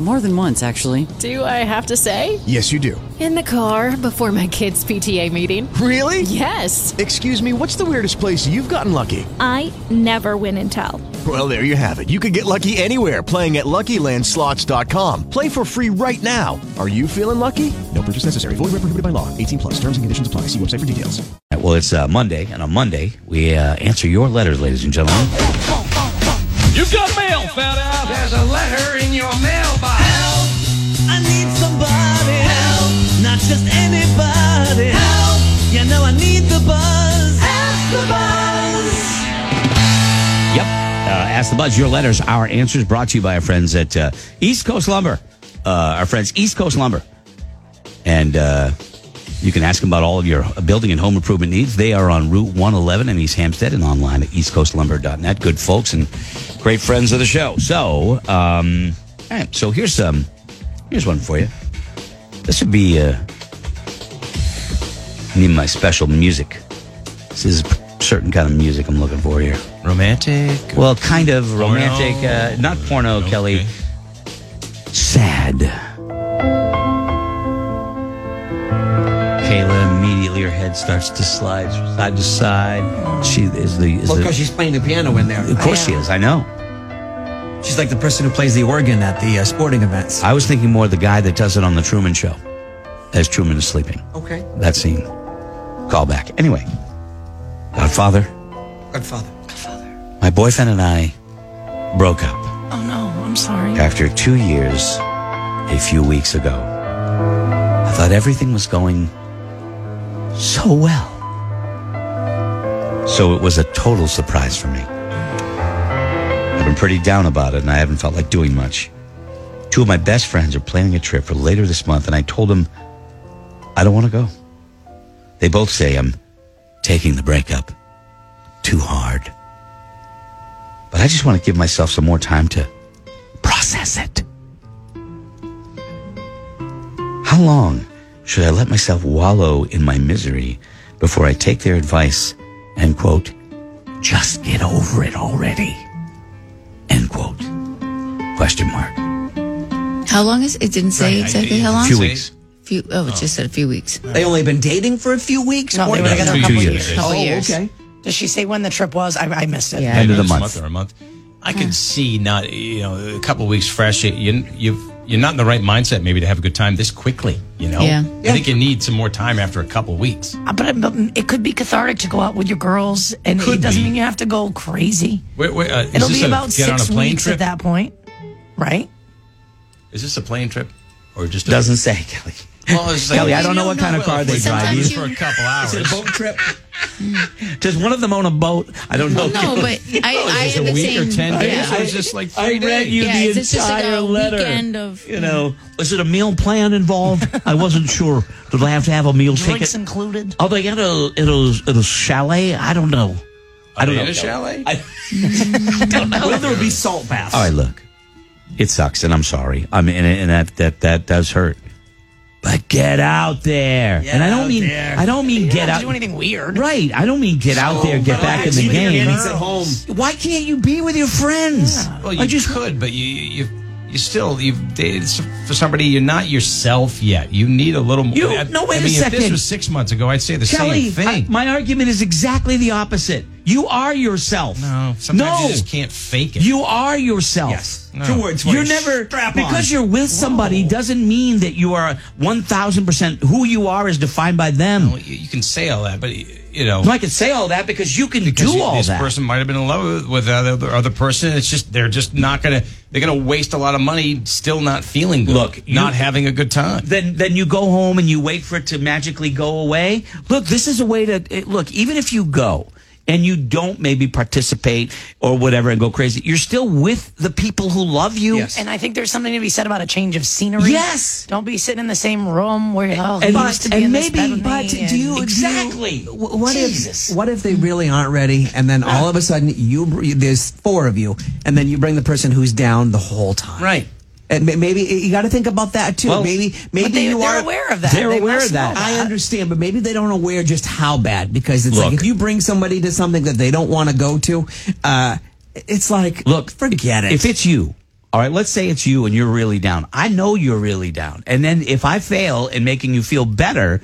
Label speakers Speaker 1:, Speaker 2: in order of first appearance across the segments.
Speaker 1: More than once, actually.
Speaker 2: Do I have to say?
Speaker 3: Yes, you do.
Speaker 4: In the car before my kids' PTA meeting.
Speaker 3: Really?
Speaker 4: Yes.
Speaker 3: Excuse me, what's the weirdest place you've gotten lucky?
Speaker 5: I never win and tell.
Speaker 3: Well, there you have it. You can get lucky anywhere playing at LuckyLandSlots.com. Play for free right now. Are you feeling lucky? No purchase necessary. Void where prohibited by law. 18 plus. Terms and conditions apply. See website for details.
Speaker 6: All right, well, it's uh, Monday, and on Monday, we uh, answer your letters, ladies and gentlemen.
Speaker 7: You've got mail, fat ass.
Speaker 8: There's a letter in your mailbox.
Speaker 9: Help! I need somebody. Help! Not just anybody.
Speaker 10: Help!
Speaker 9: You know I need the buzz.
Speaker 10: Ask the buzz.
Speaker 6: Yep. Uh, Ask the Buzz. Your letters, our answers, brought to you by our friends at uh, East Coast Lumber. Uh, our friends, East Coast Lumber. And uh, you can ask them about all of your building and home improvement needs. They are on Route 111 in East Hampstead and online at eastcoastlumber.net. Good folks and great friends of the show. So, um, all right. So here's um, here's one for you. This would be uh, I need my special music. This is a certain kind of music I'm looking for here.
Speaker 11: Romantic?
Speaker 6: Well, kind of romantic, uh, not porno, Kelly. Sad. Kayla immediately her head starts to slide from side to side. She is the is
Speaker 11: Well,
Speaker 6: the-
Speaker 11: because she's playing the piano in there.
Speaker 6: of course she is. I know.
Speaker 11: She's like the person who plays the organ at the uh, sporting events.
Speaker 6: I was thinking more of the guy that does it on the Truman Show, as Truman is sleeping.
Speaker 11: Okay.
Speaker 6: That scene. Call back. Anyway, Godfather,
Speaker 11: Godfather.
Speaker 6: my boyfriend and I broke up.
Speaker 2: Oh no, I'm sorry.
Speaker 6: After two years, a few weeks ago, I thought everything was going so well. So it was a total surprise for me. I've been pretty down about it and I haven't felt like doing much. Two of my best friends are planning a trip for later this month and I told them I don't want to go. They both say I'm taking the breakup too hard. But I just want to give myself some more time to process it. How long should I let myself wallow in my misery before I take their advice and quote, just get over it already? End quote. Question mark.
Speaker 12: How long is it? Didn't
Speaker 6: Right,
Speaker 12: say
Speaker 6: I-
Speaker 12: exactly
Speaker 6: it
Speaker 12: how long.
Speaker 6: doesn't Few say. weeks.
Speaker 12: Few. Oh, it just said a few weeks.
Speaker 11: They only been dating for a few weeks?
Speaker 13: No,
Speaker 11: More
Speaker 13: they were
Speaker 11: than-
Speaker 13: together
Speaker 6: two
Speaker 13: a couple
Speaker 6: years.
Speaker 13: years.
Speaker 11: Oh,
Speaker 13: Couple years.
Speaker 11: okay.
Speaker 13: Does she say when the trip was? I, I missed it.
Speaker 12: Yeah.
Speaker 6: End of the
Speaker 14: Maybe it's a
Speaker 6: month.
Speaker 14: or a month. I
Speaker 6: Hmm.
Speaker 14: can see not you know a couple weeks fresh. You you you're not in the right mindset maybe to have a good time this quickly. You know,
Speaker 12: Yeah.
Speaker 14: I think you need some more time after a couple weeks.
Speaker 13: Uh, But, but it could be cathartic to go out with your girls, and
Speaker 14: Could
Speaker 13: it doesn't
Speaker 14: be.
Speaker 13: mean you have to go crazy.
Speaker 14: Wait, wait, uh, is
Speaker 13: It'll
Speaker 14: this
Speaker 13: be
Speaker 14: a
Speaker 13: about
Speaker 14: get on a
Speaker 13: six
Speaker 14: plane
Speaker 13: weeks
Speaker 14: trip?
Speaker 13: at that point, right?
Speaker 14: Is this a plane trip or just a,
Speaker 6: Doesn't say, Kelly.
Speaker 14: Well, it's like-
Speaker 6: Kelly, I don't know what kind of car they drive.
Speaker 12: Sometimes
Speaker 6: Either.
Speaker 14: for
Speaker 12: you-
Speaker 14: a couple hours?
Speaker 11: Is it a boat trip?
Speaker 6: Does one of them own a boat? I don't know.
Speaker 12: No, but I, I
Speaker 14: Is it
Speaker 12: have
Speaker 14: a
Speaker 12: the
Speaker 14: week
Speaker 12: same.
Speaker 14: or ten days?
Speaker 12: Yeah.
Speaker 14: Or is this like
Speaker 6: I
Speaker 14: three
Speaker 6: read
Speaker 14: days?
Speaker 6: you
Speaker 12: Yeah,
Speaker 6: the
Speaker 12: is this just like um,
Speaker 6: entire
Speaker 12: a
Speaker 6: letter.
Speaker 12: weekend of-
Speaker 6: you know, is it a meal plan involved? I wasn't sure. Did I have to have a meal
Speaker 13: Drinks
Speaker 6: ticket?
Speaker 13: included.
Speaker 6: Are they at a at a, at a chalet? I don't know. I don't
Speaker 14: they
Speaker 6: know.
Speaker 14: in a chalet?
Speaker 6: I don't know.
Speaker 11: Well, there would be salt baths.
Speaker 6: All right, look, it sucks, and I'm sorry. I mean, and, and that that that does hurt. But get out there,
Speaker 11: Get
Speaker 6: and I don't
Speaker 11: out
Speaker 6: mean
Speaker 11: there.
Speaker 6: I don't mean
Speaker 13: You
Speaker 6: get
Speaker 13: don't have
Speaker 6: out.
Speaker 13: to do anything weird.
Speaker 6: Right, I don't mean get out there, get back in the
Speaker 11: Leave your
Speaker 6: game.
Speaker 11: kiddies at home.
Speaker 6: Why can't you be with your friends?
Speaker 14: Well,
Speaker 6: I
Speaker 14: you
Speaker 6: just
Speaker 14: could, but you you you still you've dated s- for somebody you're not yourself yet. You need a little more.
Speaker 6: You-
Speaker 14: I-
Speaker 6: no,
Speaker 14: I
Speaker 6: wait a
Speaker 14: mean, If this
Speaker 6: second.
Speaker 14: was six months ago, I'd say the
Speaker 6: Kelly,
Speaker 14: same thing.
Speaker 6: I- my argument is exactly the opposite. You are yourself.
Speaker 14: no, sometimes
Speaker 6: No.
Speaker 14: you just can't fake it.
Speaker 6: You are yourself.
Speaker 11: Yes.
Speaker 14: No.
Speaker 11: Two words for
Speaker 6: You're
Speaker 11: you.
Speaker 6: never
Speaker 11: Strap on.
Speaker 6: because you're with somebody doesn't mean that you are one thousand percent who you are is defined by them.
Speaker 14: Well, you, you can say all that, but y- you know,
Speaker 6: No, I can say all that because you can
Speaker 14: because
Speaker 6: do
Speaker 14: you-
Speaker 6: all
Speaker 14: this
Speaker 6: that.
Speaker 14: person might have been in love with, with the other, other person. It's just they're just not gonna they're gonna waste a lot of money still not feeling good,
Speaker 6: Look, you-
Speaker 14: not having a good time.
Speaker 6: then then you go home and you wait for it to magically go away. Look, this is a way to it- look. Even if you go and you don't maybe participate or whatever and go crazy, you're still with the people who love you.
Speaker 11: Yes.
Speaker 13: And I think there's something to be said about a change of scenery.
Speaker 6: Yes.
Speaker 13: Don't be sitting in the same room where oh, he
Speaker 6: but-
Speaker 13: used to be
Speaker 6: and
Speaker 13: in this
Speaker 6: maybe-
Speaker 13: bed with
Speaker 6: but
Speaker 13: me,
Speaker 6: do
Speaker 13: and-
Speaker 6: you-
Speaker 11: Exactly.
Speaker 6: Wh-
Speaker 11: What
Speaker 13: Jesus.
Speaker 11: if what if they really aren't ready, and then all of a sudden you br- there's four of you, and then you bring the person who's down the whole time.
Speaker 14: Right.
Speaker 15: And ma- maybe you got to think about that too.
Speaker 13: Well,
Speaker 15: maybe maybe
Speaker 13: but they-
Speaker 15: you
Speaker 13: they're
Speaker 15: are
Speaker 13: aware of that.
Speaker 15: They're
Speaker 13: They
Speaker 15: aware
Speaker 13: must
Speaker 15: of that.
Speaker 13: know
Speaker 15: I
Speaker 13: that.
Speaker 15: understand, but maybe they don't aware just how bad because it's like
Speaker 6: Look.
Speaker 15: if you bring somebody to something that they don't want to go to, uh, it's like
Speaker 6: Look,
Speaker 15: forget it.
Speaker 6: If it's you, all right, let's say it's you and you're really down. I know you're really down. And then if I fail in making you feel better,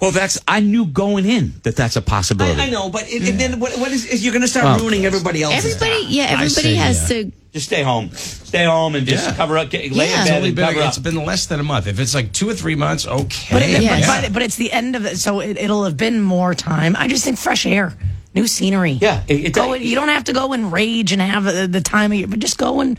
Speaker 6: well, that's, I knew going in that that's a possibility.
Speaker 15: I, I know, but it, and then what, what is, is you're going to start
Speaker 6: Well,
Speaker 15: ruining everybody else's
Speaker 12: Everybody,
Speaker 15: time.
Speaker 12: yeah, everybody has to.
Speaker 6: Just stay home. Stay home and just
Speaker 14: Yeah.
Speaker 6: cover up, get, lay
Speaker 12: Yeah.
Speaker 6: in
Speaker 14: It's
Speaker 6: bed
Speaker 14: only
Speaker 6: and
Speaker 14: been,
Speaker 6: cover up.
Speaker 14: it's been less than a month. If it's like two or three months, okay.
Speaker 13: But, it,
Speaker 14: Yeah.
Speaker 13: but, but, but it's the end of it, so it, it'll have been more time. I just think fresh air, new scenery.
Speaker 6: Yeah, it- it-
Speaker 13: go. in- you don't have to go and rage and have the, the time of your. But just go and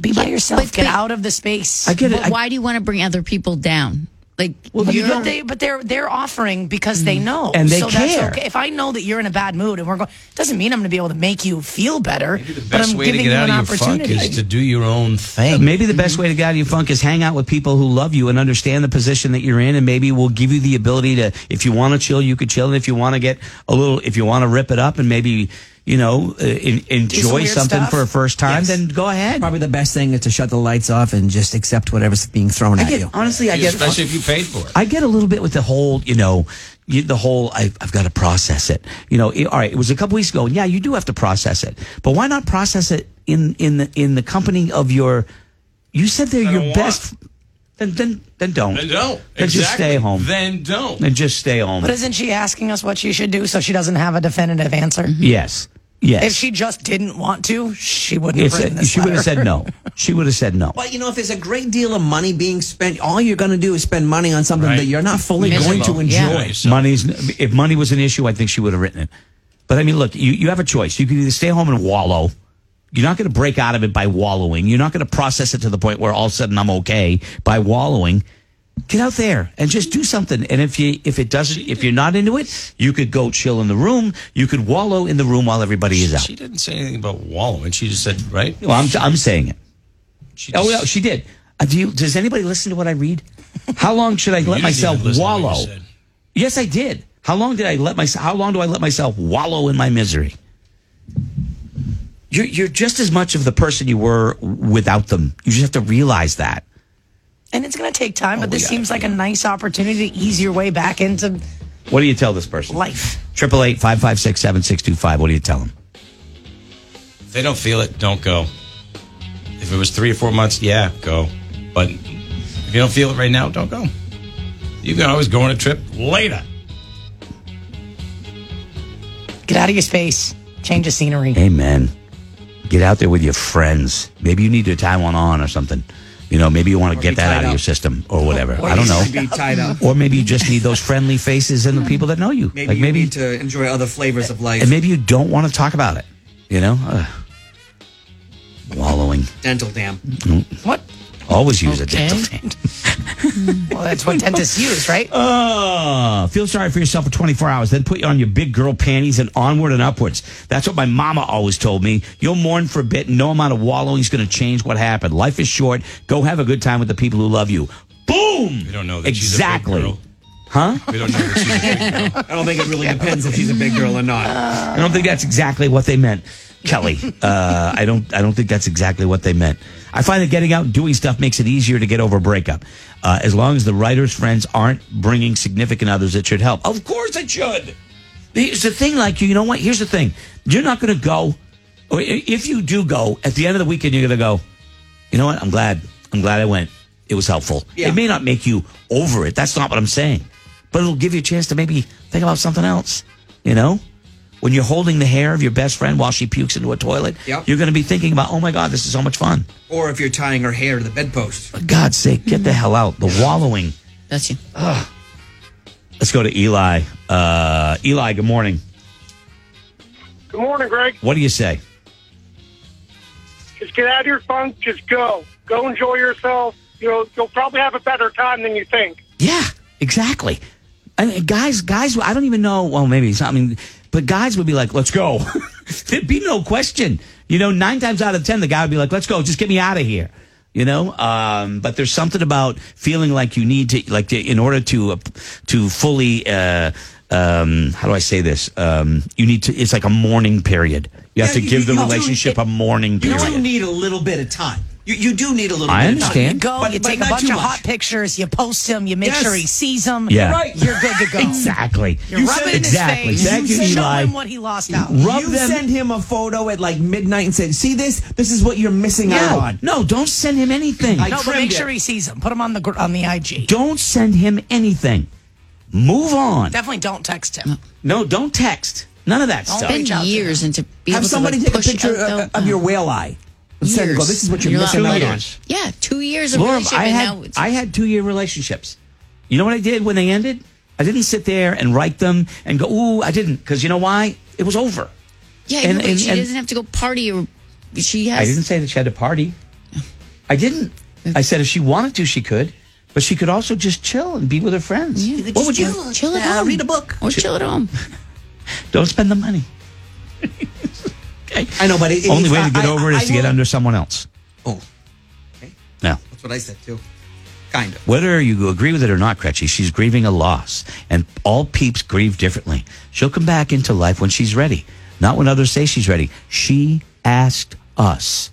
Speaker 13: be by yourself.
Speaker 12: but-
Speaker 13: get
Speaker 12: but-
Speaker 13: out of the space.
Speaker 12: But why do you want to bring other people down? Like,
Speaker 13: But,
Speaker 12: you're-
Speaker 13: but they, but they're they're offering because
Speaker 6: Mm.
Speaker 13: they know,
Speaker 12: And they
Speaker 13: so
Speaker 12: care.
Speaker 13: That's okay. If I know that you're in a bad mood and we're going, doesn't mean I'm going to be able to make you feel better.
Speaker 14: The
Speaker 13: but
Speaker 14: best
Speaker 13: I'm
Speaker 14: way to
Speaker 13: giving
Speaker 14: get
Speaker 13: you
Speaker 14: out
Speaker 13: an
Speaker 14: of your funk
Speaker 13: opportunity.
Speaker 14: is to do your own thing.
Speaker 6: Maybe the best way to get out of your funk is hang out with people who love you and understand the position that you're in, and maybe will give you the ability to, if you want to chill, you could chill, and if you want to get a little, if you want to rip it up, and maybe you know uh, en- enjoy
Speaker 13: weird
Speaker 6: something
Speaker 13: stuff.
Speaker 6: for a first time, then go ahead.
Speaker 15: Probably the best thing is to shut the lights off and just accept whatever's being thrown at you.
Speaker 6: honestly, I get
Speaker 14: especially if you paid for it.
Speaker 6: I get a little bit with the whole, you know, you, the whole I, I've got to process it. You know, it, all right, it was a couple weeks ago, and yeah, you do have to process it, but why not process it in in the in the company of your? You said they're
Speaker 14: I
Speaker 6: your
Speaker 14: don't
Speaker 6: best. Then then then don't.
Speaker 14: Then don't.
Speaker 6: Then just
Speaker 14: Exactly.
Speaker 6: stay home.
Speaker 14: Then don't.
Speaker 6: Then just stay home.
Speaker 13: But isn't she asking us what she should do so she doesn't have a definitive answer?
Speaker 6: Mm-hmm. yes. Yes.
Speaker 13: If she just didn't want to, she wouldn't
Speaker 6: It's
Speaker 13: have written
Speaker 6: a-
Speaker 13: this
Speaker 6: she would have
Speaker 13: letter.
Speaker 6: said no. She would have said no.
Speaker 15: But you know, if there's a great deal of money being spent, all you're going to do is spend money on something
Speaker 14: Right.
Speaker 15: that you're not fully
Speaker 14: Miserable.
Speaker 15: going to enjoy.
Speaker 14: Yeah. Right. yourself.
Speaker 6: Money's if money was an issue, I think she would have written it. But I mean, look, you, you have a choice. You can either stay home and wallow. You're not going to break out of it by wallowing. You're not going to process it to the point where all of a sudden I'm okay by wallowing. Get out there and just do something. And if you if it doesn't if you're not into it, you could go chill in the room. You could wallow in the room while everybody is out.
Speaker 14: She didn't say anything about wallowing. She just said, right?
Speaker 6: Well, I'm I'm saying it.
Speaker 14: She
Speaker 6: Oh,
Speaker 14: just-
Speaker 6: yeah, she did. Uh, do you, does anybody listen to what I read? How long should I let
Speaker 14: didn't
Speaker 6: myself
Speaker 14: even listen to what you
Speaker 6: wallow?
Speaker 14: said.
Speaker 6: Yes, I did. How long did I let myself? How long do I let myself wallow in my misery? You're you're just as much of the person you were without them. You just have to realize that.
Speaker 13: And it's going to take time, but
Speaker 14: we
Speaker 13: this
Speaker 14: gotta
Speaker 13: seems like a nice opportunity to ease your way back into
Speaker 6: What do you tell this person?
Speaker 13: life.
Speaker 6: Triple eight five five six seven six two five. What do you tell them?
Speaker 14: If they don't feel it, don't go. If it was three or four months, yeah, go. But if you don't feel it right now, don't go. You can always go on a trip later.
Speaker 13: Get out of your space. Change of scenery.
Speaker 6: Amen. Get out there with your friends. Maybe you need to tie one on or something. You know, maybe you want to get that
Speaker 15: tied
Speaker 6: out of
Speaker 15: up.
Speaker 6: your system or whatever.
Speaker 15: Or
Speaker 6: I don't
Speaker 15: you
Speaker 6: know.
Speaker 15: should Be tied up.
Speaker 6: or maybe you just need those friendly faces and the people that know you.
Speaker 15: Maybe
Speaker 6: like
Speaker 15: you
Speaker 6: maybe,
Speaker 15: need to enjoy other flavors of life.
Speaker 6: and maybe you don't want to talk about it. You know, Ugh. wallowing.
Speaker 15: dental dam.
Speaker 13: What?
Speaker 6: Always use a dental dam.
Speaker 13: Well, that's what dentists use, right?
Speaker 6: Oh, feel sorry for yourself for 24 hours, then put you on your big girl panties and onward and upwards. That's what my mama always told me. You'll mourn for a bit, and no amount of wallowing is going to change what happened. Life is short. Go have a good time with the people who love you. Boom!
Speaker 14: We don't know that she's a big
Speaker 6: exactly.
Speaker 14: girl.
Speaker 6: Huh?
Speaker 14: We don't know that she's a big girl.
Speaker 15: I don't think it really depends if she's a big girl or not.
Speaker 6: I don't think that's exactly what they meant, Kelly. Uh, I don't. I don't think that's exactly what they meant. I find that getting out and doing stuff makes it easier to get over a breakup, uh, as long as the writer's friends aren't bringing significant others. It should help. Of course, it should. It's the thing. Like you know what? Here's the thing. You're not going to go. Or i- if you do go at the end of the weekend, you're going to go. You know what? I'm glad. I'm glad I went. It was helpful.
Speaker 15: Yeah.
Speaker 6: It may not make you over it. That's not what I'm saying. But it'll give you a chance to maybe think about something else. You know? When you're holding the hair of your best friend while she pukes into a toilet,
Speaker 15: Yep.
Speaker 6: you're going to be thinking about, oh my God, this is so much fun.
Speaker 15: Or if you're tying her hair to the bedpost.
Speaker 6: For God's sake, get the hell out. The wallowing.
Speaker 12: That's you.
Speaker 6: Let's go to Eli. Uh, Eli, good morning.
Speaker 16: Good morning, Greg.
Speaker 6: What do you say?
Speaker 16: Just get out of your funk. Just go. Go enjoy yourself. You'll you'll probably have a better time than you think.
Speaker 6: Yeah, exactly. I mean, guys, guys, I don't even know. Well, maybe it's not. I mean, but guys would be like, let's go. There'd be no question. You know, nine times out of 10, the guy would be like, let's go. Just get me out of here. You know, um, but there's something about feeling like you need to, like, to, in order to, uh, to fully, uh, um, how do I say this? Um, you need to, it's like a mourning period. You have to
Speaker 15: Yeah, you-
Speaker 6: give the
Speaker 15: you do-
Speaker 6: relationship a mourning
Speaker 15: You
Speaker 6: period.
Speaker 15: do need a little bit of time. You, you do need a little.
Speaker 6: I
Speaker 15: bit
Speaker 6: understand.
Speaker 13: You go,
Speaker 15: But-
Speaker 13: you
Speaker 15: but
Speaker 13: take a
Speaker 15: not
Speaker 13: bunch
Speaker 15: too
Speaker 13: of
Speaker 15: much.
Speaker 13: hot pictures, you post them, you make
Speaker 15: Yes.
Speaker 13: sure he sees them.
Speaker 6: Yeah.
Speaker 13: You're, right. You're good to go.
Speaker 6: Exactly.
Speaker 13: You're rubbing it in
Speaker 6: exactly.
Speaker 13: his face.
Speaker 6: Thank you,
Speaker 13: Show
Speaker 6: Eli.
Speaker 13: him what he lost out.
Speaker 6: Rub
Speaker 15: you
Speaker 6: them-
Speaker 15: send him a photo at like midnight and say, "See this? This is what you're missing out
Speaker 6: No,
Speaker 15: on."
Speaker 6: no, don't send him anything.
Speaker 15: I
Speaker 13: no, but
Speaker 15: trimmed
Speaker 13: make
Speaker 15: it.
Speaker 13: sure he sees them. Put them on the gr- on the IG.
Speaker 6: Don't send him anything. Move on.
Speaker 13: Definitely don't text him.
Speaker 6: No, don't text. None of that
Speaker 13: Don't
Speaker 6: stuff.
Speaker 12: Been
Speaker 13: reach out to
Speaker 12: years into be
Speaker 15: Have
Speaker 12: able
Speaker 15: somebody
Speaker 12: to
Speaker 15: take
Speaker 12: like,
Speaker 15: a
Speaker 12: push
Speaker 15: picture
Speaker 12: out uh,
Speaker 15: of, of your whale eye. And send it, go, this is what you're,
Speaker 12: You're
Speaker 15: missing
Speaker 12: allowed
Speaker 15: out
Speaker 12: to
Speaker 15: on.
Speaker 12: the- yeah, two years of
Speaker 6: Laura,
Speaker 12: relationship.
Speaker 6: I
Speaker 12: and now
Speaker 6: had
Speaker 12: it's-
Speaker 6: I had two year relationships. You know what I did when they ended? I didn't sit there and write them and go, ooh, I didn't, because you know why? It was over.
Speaker 12: yeah,
Speaker 6: and-
Speaker 12: but
Speaker 6: and-
Speaker 12: she
Speaker 6: and-
Speaker 12: doesn't have to go party or she has.
Speaker 6: I didn't say that she had to party. I didn't. I said if she wanted to, she could, but she could also just chill and be with her friends. what would you?
Speaker 12: chill at home? Read a book or chill at home.
Speaker 6: Don't spend the money.
Speaker 15: I know, but it, it-
Speaker 6: Only way
Speaker 15: I-
Speaker 6: to get
Speaker 15: I-
Speaker 6: over it is
Speaker 15: I
Speaker 6: to get
Speaker 15: will-
Speaker 6: under someone else.
Speaker 15: Oh,
Speaker 6: Now,
Speaker 15: that's what I said too. Kind of.
Speaker 6: whether you agree with it or not, Gretchen, she's grieving a loss, and all peeps grieve differently. She'll come back into life when she's ready, not when others say she's ready. She asked us,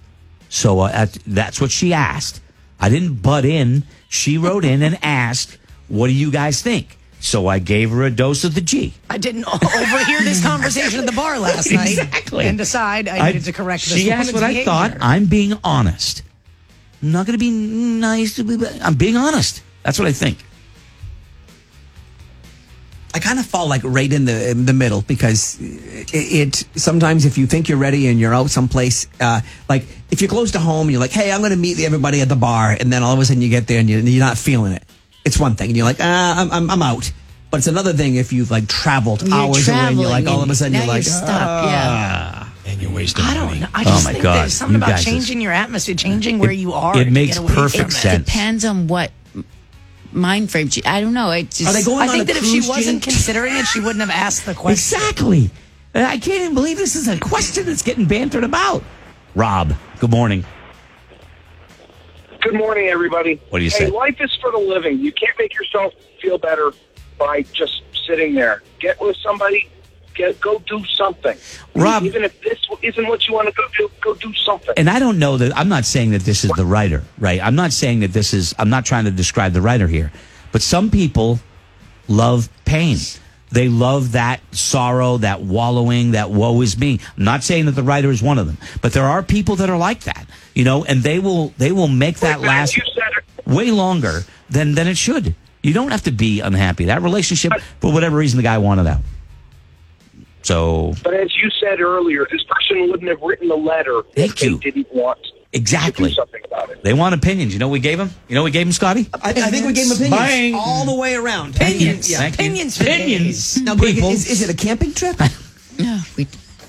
Speaker 6: so uh, at, that's what she asked. I didn't butt in. She wrote in and asked, "What do you guys think?" So I gave her a dose of the G.
Speaker 13: I didn't o- overhear this conversation at the bar last night
Speaker 6: Exactly.
Speaker 13: and decide I, needed to correct this.
Speaker 6: She asked
Speaker 13: woman's
Speaker 6: what I
Speaker 13: behavior.
Speaker 6: thought. I'm being honest. I'm not going to be nice to be. I'm being honest. That's what I think.
Speaker 15: I kind of fall like right in the in the middle because it, it sometimes if you think you're ready and you're out someplace uh, like if you're close to home and you're like hey I'm going to meet everybody at the bar and then all of a sudden you get there and you're, you're not feeling it it's one thing and you're like ah, I'm, I'm I'm out but it's another thing if you've like traveled
Speaker 12: You're
Speaker 15: hours away and you're like all of a sudden
Speaker 12: now
Speaker 15: you're like
Speaker 12: stuck.
Speaker 15: "Ah."
Speaker 12: yeah,
Speaker 14: And you're wasting
Speaker 13: I
Speaker 14: money.
Speaker 13: don't know. I
Speaker 6: Oh
Speaker 13: just
Speaker 6: my
Speaker 13: think
Speaker 6: God,
Speaker 13: there's something
Speaker 6: you
Speaker 13: about
Speaker 6: guys is-
Speaker 13: changing your atmosphere, changing where
Speaker 6: It-
Speaker 13: you are.
Speaker 6: it
Speaker 13: to
Speaker 6: makes
Speaker 13: get away from
Speaker 6: perfect
Speaker 13: it.
Speaker 6: sense.
Speaker 12: depends on what mind frame. She, I don't know. I just
Speaker 15: Are they going on
Speaker 13: I
Speaker 15: a
Speaker 13: think that if she
Speaker 15: cruise,
Speaker 13: wasn't
Speaker 15: Gene?
Speaker 13: considering it, she wouldn't have asked the question.
Speaker 6: Exactly. Uh, I can't even believe this is a question that's getting bantered about. Rob, good morning.
Speaker 16: Good morning, everybody.
Speaker 6: What do you
Speaker 16: hey,
Speaker 6: say?
Speaker 16: life is for the living. You can't make yourself feel better by just sitting there. Get with somebody. Get go do something.
Speaker 6: Rob-
Speaker 16: even if this isn't what you want to go do, go do something.
Speaker 6: And I don't know that I'm not saying that this is the writer, right? I'm not saying that this is I'm not trying to describe the writer here. But some people love pain. They love that sorrow, that wallowing, that woe is me. I'm not saying that the writer is one of them, but there are people that are like that, you know, and they will they will make that
Speaker 16: Listen,
Speaker 6: last
Speaker 16: you said it.
Speaker 6: way longer than than it should. You don't have to be unhappy. That relationship, for whatever reason, the guy wanted out. So
Speaker 16: But as you said earlier, this person wouldn't have written the letter
Speaker 6: Thank
Speaker 16: if they
Speaker 6: you.
Speaker 16: didn't want to
Speaker 6: exactly,
Speaker 16: do something about it.
Speaker 6: they want opinions. You know, what we gave him. You know, what we gave him Scotty.
Speaker 15: I, I think we gave him opinions
Speaker 6: Bang.
Speaker 15: all the way around
Speaker 6: Opinions.
Speaker 15: yeah.
Speaker 6: Thank you.
Speaker 13: Opinions for days.
Speaker 15: now Greg,
Speaker 6: people.
Speaker 15: is, is it a camping trip
Speaker 12: no, we,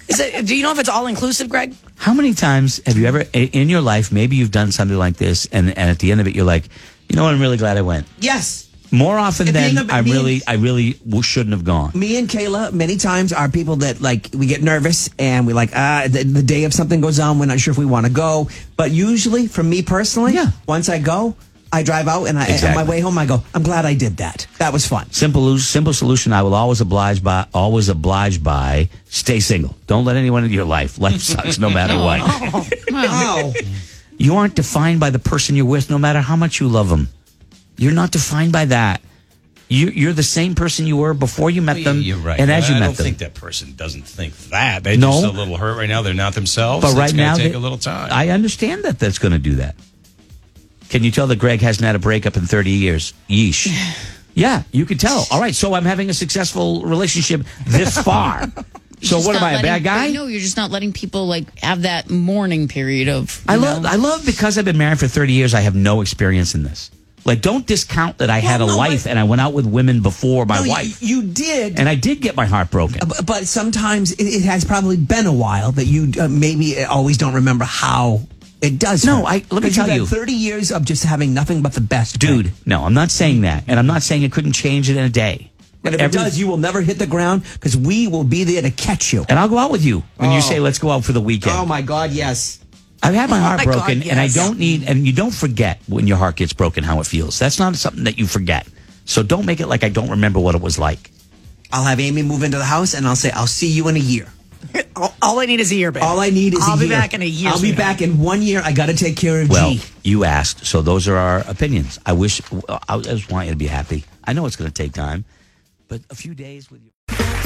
Speaker 13: Is it, do you know if it's all inclusive, Greg?
Speaker 6: How many times have you ever i- in your life? Maybe you've done something like this, and and at the end of it, you're like, you know, what? I'm really glad I went.
Speaker 15: yes
Speaker 6: More often
Speaker 15: And being
Speaker 6: than
Speaker 15: a-
Speaker 6: I
Speaker 15: being-
Speaker 6: really, I really w- shouldn't have gone.
Speaker 15: me and Kayla many times are people that like we get nervous and we like ah the, the day if something goes on we're not sure if we want to go but usually for me personally
Speaker 6: Yeah.
Speaker 15: once I go I drive out and I
Speaker 6: Exactly.
Speaker 15: on my way home I go I'm glad I did that that was fun
Speaker 6: Simple, simple solution. I will always oblige by, always oblige by. Stay single. Don't let anyone into your life. Life sucks no matter what.
Speaker 15: oh
Speaker 6: You aren't defined by the person you're with, no matter how much you love them. You're not defined by that. You, you're the same person you were before you met
Speaker 14: Yeah,
Speaker 6: them,
Speaker 14: You're right.
Speaker 6: and as
Speaker 14: I,
Speaker 6: you
Speaker 14: I
Speaker 6: met
Speaker 14: don't
Speaker 6: them.
Speaker 14: think that person doesn't think that. They're
Speaker 6: No.
Speaker 14: just a little hurt right now. They're not themselves.
Speaker 6: but
Speaker 14: It's
Speaker 6: right
Speaker 14: gonna
Speaker 6: now,
Speaker 14: take
Speaker 6: that-
Speaker 14: a little time.
Speaker 6: I understand that that's going to do that. Can you tell that Greg hasn't had a breakup in 30 years? Yeesh. Yeah, you could tell. All right, so I'm having a successful relationship this far. so
Speaker 12: just
Speaker 6: what
Speaker 12: not
Speaker 6: am I, a
Speaker 12: letting-
Speaker 6: bad guy?
Speaker 12: No, you're just not letting people like have that mourning period of.
Speaker 6: I
Speaker 12: you
Speaker 6: love
Speaker 12: know.
Speaker 6: I love because I've been married for 30 years I have no experience in this. Like don't discount that I had a
Speaker 15: no,
Speaker 6: life
Speaker 15: but-
Speaker 6: and I went out with women before my
Speaker 15: No, you-
Speaker 6: wife
Speaker 15: you, did
Speaker 6: and I did get my heart broken.
Speaker 15: b- but sometimes it, it has probably been a while that you uh, maybe always don't remember how it does
Speaker 6: No,
Speaker 15: hurt.
Speaker 6: I- let me
Speaker 15: Because
Speaker 6: tell
Speaker 15: you've had
Speaker 6: you.
Speaker 15: 30 years of just having nothing but the best
Speaker 6: Dude, no, I'm not saying that and I'm not saying it couldn't change it in a day.
Speaker 15: and if
Speaker 6: Every-
Speaker 15: it does you will never hit the ground because we will be there to catch you
Speaker 6: and I'll go out with you when
Speaker 15: Oh.
Speaker 6: you say let's go out for the weekend.
Speaker 15: oh my Oh god yes
Speaker 6: I've had my heart
Speaker 13: my God,
Speaker 6: broken, and I
Speaker 13: yes.
Speaker 6: don't need, and you don't forget when your heart gets broken how it feels. That's not something that you forget. So don't make it like I don't remember what it was like.
Speaker 15: I'll have Amy move into the house and I'll say, I'll see you in a year.
Speaker 17: all, all I need is a year back.
Speaker 15: All I need is
Speaker 17: I'll
Speaker 15: a
Speaker 17: be
Speaker 15: year.
Speaker 17: back in a year.
Speaker 15: I'll be back in one year. I got to take care of
Speaker 6: Well,
Speaker 15: G.
Speaker 6: you asked, so those are our opinions. I wish I just want you to be happy. I know it's going to take time, but a few days with you.